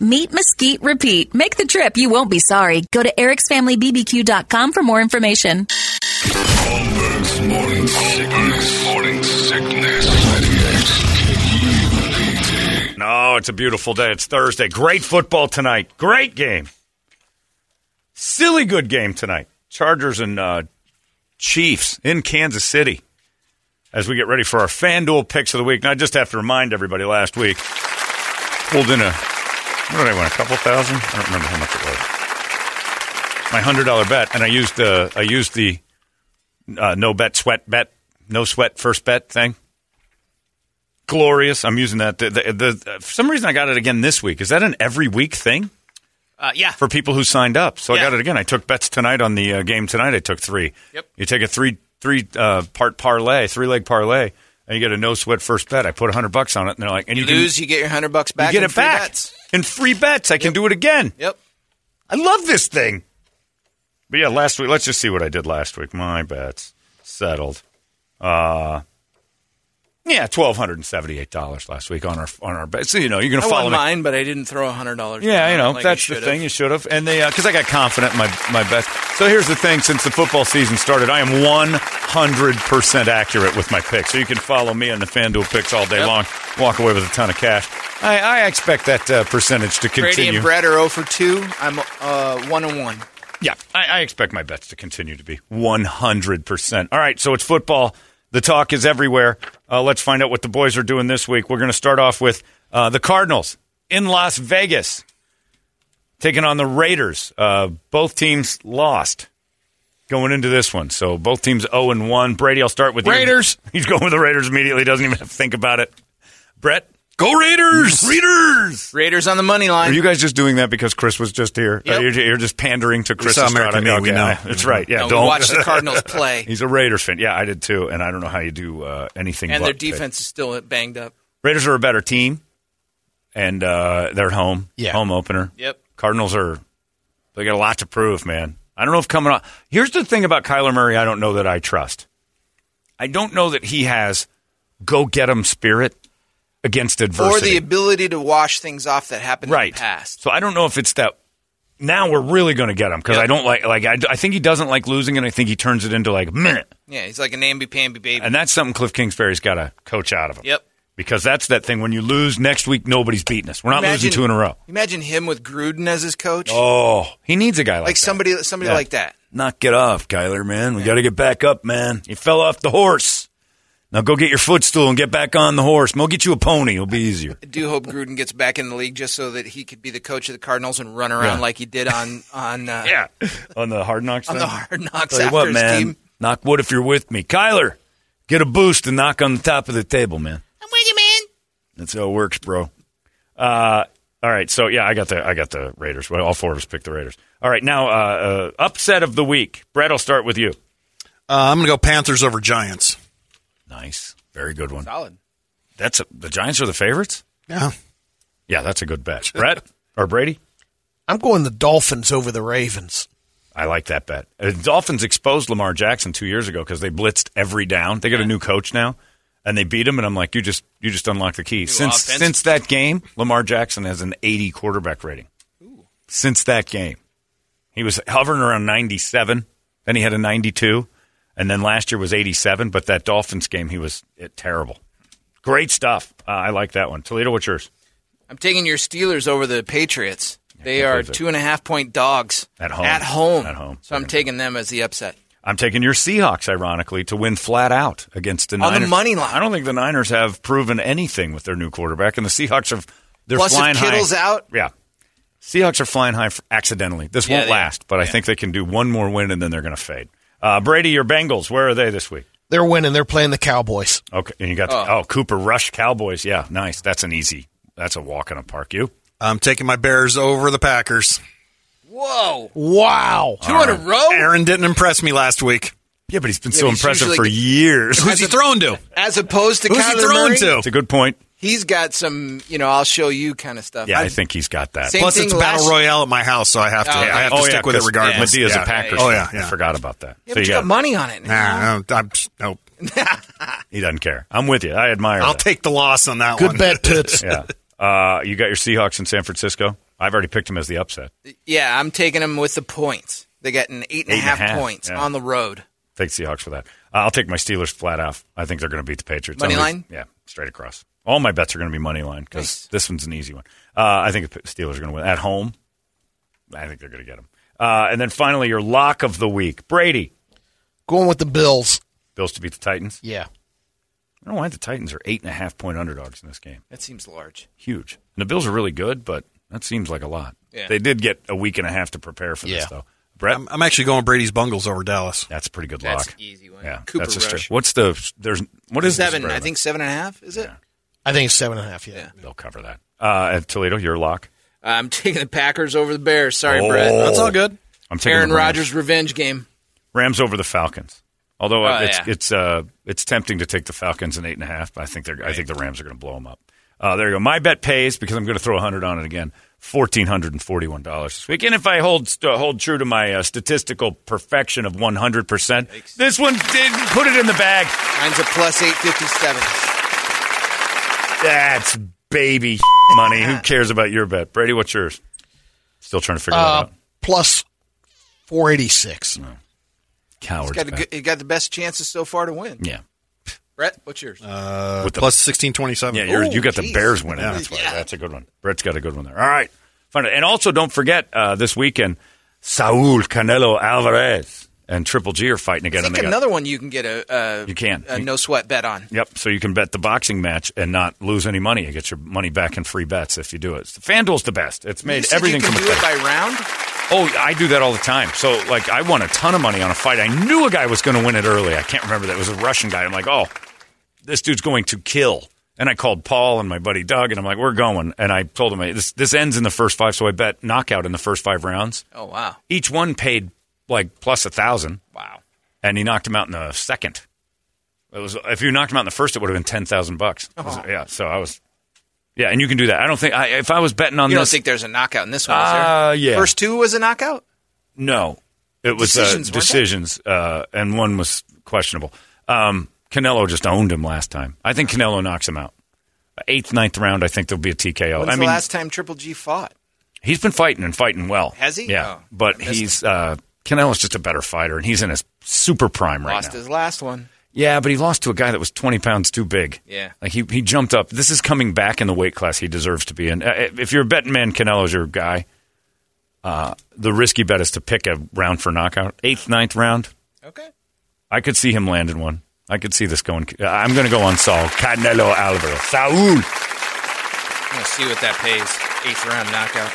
Meet, mesquite, repeat. Make the trip, you won't be sorry. Go to ericsfamilybbq.com for more information. Holmberg's morning sickness. Morning sickness. 98 KUPD. No, it's a beautiful day. It's Thursday. Great football tonight. Great game. Silly good game tonight. Chargers and uh, Chiefs in Kansas City as we get ready for our FanDuel picks of the week. And I just have to remind everybody last week, pulled in a, what did I win, a couple thousand? I don't remember how much it was. My $100 bet. And I used, uh, I used the uh, no bet, sweat bet, no sweat, first bet thing. Glorious. I'm using that. The, the, the, for some reason, I got it again this week. Is that an every week thing? Uh, yeah. for people who signed up. So I Yeah. got it again. I took bets tonight on the uh, game tonight. I took three. Yep. You take a three three uh, part parlay, three leg parlay, and you get a no sweat first bet. I put hundred bucks on it, and they're like, and you, can- lose, you get your hundred bucks back. you get and it free back bets. in free bets. I can do it again. Yep. I love this thing. But yeah, last week. Let's just see what I did last week. My bets settled. Uh. Yeah, twelve hundred and seventy-eight dollars last week on our on our bet. So you know you're going to I follow won me. mine, but I didn't throw hundred dollars. Yeah, you know that's the thing. You should have, and they because I got confident in my my best. So here's the thing: since the football season started, I am 100 percent accurate with my picks. So you can follow me on the FanDuel picks all day Yep. long. Walk away with a ton of cash. I, I expect that uh, percentage to Brady continue. and Brett are zero for two. I'm uh, one and one. Yeah, I, I expect my bets to continue to be 100%. All right, so it's football. The talk is everywhere. Uh, let's find out what the boys are doing this week. We're going to start off with uh, the Cardinals in Las Vegas, taking on the Raiders. Uh, both teams lost going into this one. So both teams 0 and 1. Brady, I'll start with you. Raiders. He's going with the Raiders immediately, doesn't even have to think about it. Brett? Go Raiders! Raiders! Raiders on the money Are line. you guys just doing that because Chris was just here? Yep. Uh, you're, you're just pandering to Chris. saw Estrada. American Me, we Okay, know. I- That's right. Yeah, No, we don't watch the Cardinals play, He's a Raiders fan. Yeah, I did too. And I don't know how you do uh, anything. and but their pick. defense is still banged up. Raiders are a better team, and uh, they're at home. Yeah. home opener. Yep. Cardinals are. They got a lot to prove, man. I don't know if coming on. Here's the thing about Kyler Murray. I don't know that I trust. I don't know that he has go get 'em spirit against Or adversity the ability to wash things off that happened right. in the past. So I don't know if it's that. Now we're really going to get him because Yep. I don't like like I, I think he doesn't like losing and I think he turns it into like meh. Yeah, he's like an amby pamby baby. and that's something Cliff Kingsbury's got to coach out of him. Yep. because that's that thing when you lose next week nobody's beating us. We're not Imagine- losing two in a row. Imagine him with Gruden as his coach, Oh, he needs a guy like, like that. somebody, somebody Yeah. like that. Knock it off, Kyler, man. We got to get back up, man. You fell off the horse. Now go get your footstool and get back on the horse. We'll get you a pony. It'll be easier. I do hope Gruden gets back in the league just so that he could be the coach of the Cardinals and run around Yeah. like he did on on uh, yeah, on the hard knocks. on thing? the hard knocks Tell you after what, his man. team. Knock wood if you're with me. Kyler, get a boost and knock on the top of the table, man. I'm with you, man. That's how it works, bro. Uh, all right, so yeah, I got the I got the Raiders. Well, all four of us picked the Raiders. All right, now uh, uh, upset of the week. Brett, I'll start with you. Uh, I'm going to go Panthers over Giants. Nice, very good one. Solid. That's a, the Giants are the favorites. Yeah. Yeah, that's a good bet. Brett or Brady, I'm going the Dolphins over the Ravens. I like that bet. Uh, The Dolphins exposed Lamar Jackson two years ago because they blitzed every down. They got a new coach now, and they beat him. And I'm like, you just you just unlocked the key. since offense. since that game, Lamar Jackson has an 80 quarterback rating. Since that game, he was hovering around 97. Then he had a 92, and then last year was 87. But that Dolphins game, he was it, terrible. Great stuff. Uh, I like that one. Toledo, what's yours I'm taking your Steelers over the Patriots. They can't are believe it. two and a half point dogs At home. At home. At home. So I'm taking them as the upset. I'm taking your Seahawks, ironically, to win flat out against the the Niners. money line. I don't think the Niners have proven anything with their new quarterback, and the Seahawks are they're Plus, if flying Kittle's high. out- yeah. Seahawks are flying high for accidentally. This Yeah, won't they are. last, but I think they can do one more win and then they're going to fade. Uh, Brady, your Bengals, where are they this week? They're winning. They're playing the Cowboys. Okay, and you got the, oh. Cooper Rush Cowboys. Yeah, nice. That's an easy. That's a walk in a park. You I'm taking my Bears over the Packers. Whoa. Wow. Two in a row? Aaron didn't impress me last week. yeah, but he's been Yeah, so but he's impressive usually- for years. Who's he thrown to? As opposed to Who's he Kyler thrown Murray, to? It's a good point. he's got some, you know, I'll show you kind of stuff. Yeah, I, I- think he's got that. Same Plus, thing it's a battle last- royale at my house, so I have to. Oh, I have to oh, stick yeah, with it 'cause regardless. Media's Yeah. a Packers. Oh fan. yeah, yeah. I forgot about that. so Yeah, but you you got got, money on it. now. Nah, I'm, I'm, nope. he doesn't care. I'm with you. I admire. I'll that. take the loss on that one. Good bet, Toots. Yeah, uh, you got your Seahawks in San Francisco. I've already picked him as the upset. Yeah, I'm taking them with the points. They got an eight and a Eight and a half half, points yeah. on the road. Take Seahawks for that. Uh, I'll take my Steelers flat out. I think they're going to beat the Patriots. Money I'm gonna- line? Yeah, straight across. All my bets are going to be money line because Nice. this one's an easy one. Uh, I think the Steelers are going to win at home. I think they're going to get them. Uh, and then finally, your lock of the week, Brady. Going with the Bills. Bills to beat the Titans. Yeah. I don't know why the Titans are eight and a half point underdogs in this game. That seems large. Huge. And the Bills are really good, but that seems like a lot. Yeah. Um, They did get a week and a half to prepare for this, Yeah. though. Brett, I'm, I'm actually going Brady's Bungles over Dallas. that's a pretty good That's lock. an easy one. Yeah, Cooper that's a Rush. straight. What's the there's what is this seven, spread I on think seven and a half, is it? I think it's seven and a half. Yeah. that? they'll cover that. Uh, and Toledo, your lock. I'm taking the Packers over the Bears. Sorry, Oh. Brett. That's all good. I'm taking Aaron the Rams. Rodgers revenge game. Rams over the Falcons. Although uh, Oh, it's yeah. it's uh, it's tempting to take the Falcons in eight and a half, but I think they're I think the Rams are going to blow them up. Uh, there you go. My bet pays because I'm going to throw hundred on it again. Fourteen hundred and forty-one dollars this week, and if I hold st- hold true to my uh, statistical perfection of one hundred percent, this one did put it in the bag. Mine's a plus 857. That's baby money. Who cares about your bet, Brady? What's yours? Still trying to figure that Uh, out. plus 486. Cowards. Got, a bet. good, he got the best chances so far to win. yeah. Uh, Brett, what's yours? With the Plus sixteen twenty-seven. Yeah, yours, you got the geez. Bears winning. That's why. That's a good one. Brett's got a good one there. All right. Fun. And also, don't forget uh, this weekend, Saul Canelo Alvarez and Triple G are fighting again. I think and they got- another one you can get a, a You can. a You- no sweat bet on. Yep. So you can bet the boxing match and not lose any money. You get your money back in free bets if you do it. FanDuel's the best. It's You made said everything you come can a do it thing. by round. Oh, I do that all the time. So, like, I won a ton of money on a fight. I knew a guy was going to win it early. I can't remember that. It was a Russian guy. I'm like, oh, this dude's going to kill. And I called Paul and my buddy Doug, and I'm like, we're going. And I told him, this, this ends in the first five. So I bet knockout in the first five rounds. Oh wow, Each one paid like plus a thousand, wow. and he knocked him out in the second. It was if you knocked him out in the first, it would have been ten thousand bucks. It was- Yeah, so I was, yeah, and you can do that. I don't think I, if I was betting on You don't this, think there's a knockout in this one? is Uh, there? yeah. First two was a knockout. No, it was Decisions, uh, weren't they? decisions, uh, and one was questionable. Um, Canelo just owned him last time. I think Canelo knocks him out. Eighth, ninth round, I think there'll be a TKO. When's I the mean, last time Triple G fought? he's been fighting and fighting well. Has he? Yeah, Oh, but I missed he's uh, Canelo's just a better fighter, and he's in his super prime right Lost now. his last one. yeah, but he lost to a guy that was twenty pounds too big. Yeah. like he he jumped up. This is coming back in the weight class he deserves to be in. Uh, if you're a betting man, Canelo's your guy. Uh, the risky bet is to pick a round for knockout. Eighth, ninth round. Okay. I could see him landing one. I could see this going. I'm going to go on Saul Canelo Alvarez. Saul. I'm gonna see what that pays. Eighth round knockout.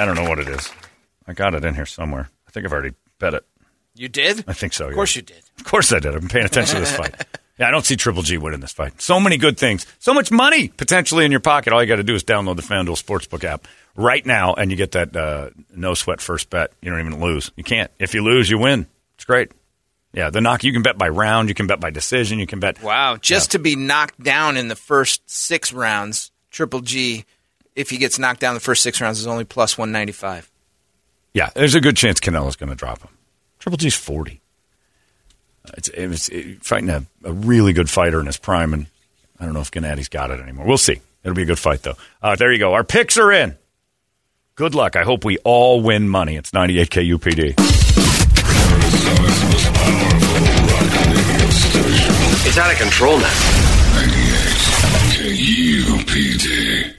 I don't know what it is. I got it in here somewhere. I think I've already bet it. You did? I think so. Of course you did. Of course I did. I've been paying attention to this fight. Yeah, I don't see Triple G winning this fight. So many good things. So much money potentially in your pocket. All you got to do is download the FanDuel Sportsbook app right now, and you get that uh, no sweat first bet. You don't even lose. You can't. If you lose, you win. It's great. Yeah, the knock. You can bet by round. You can bet by decision. You can bet. Wow. Just to be knocked down in the first six rounds, Triple G, if he gets knocked down the first six rounds, is only plus 195. Yeah, there's a good chance Canelo's going to drop him. Triple G's 40. Uh, It's, it was it, fighting a, a really good fighter in his prime, and I don't know if Gennadi's got it anymore. We'll see. It'll be a good fight, though. Uh, there you go. Our picks are in. Good luck. I hope we all win money. It's 98K UPD. It's out of control now. 98 KUPD.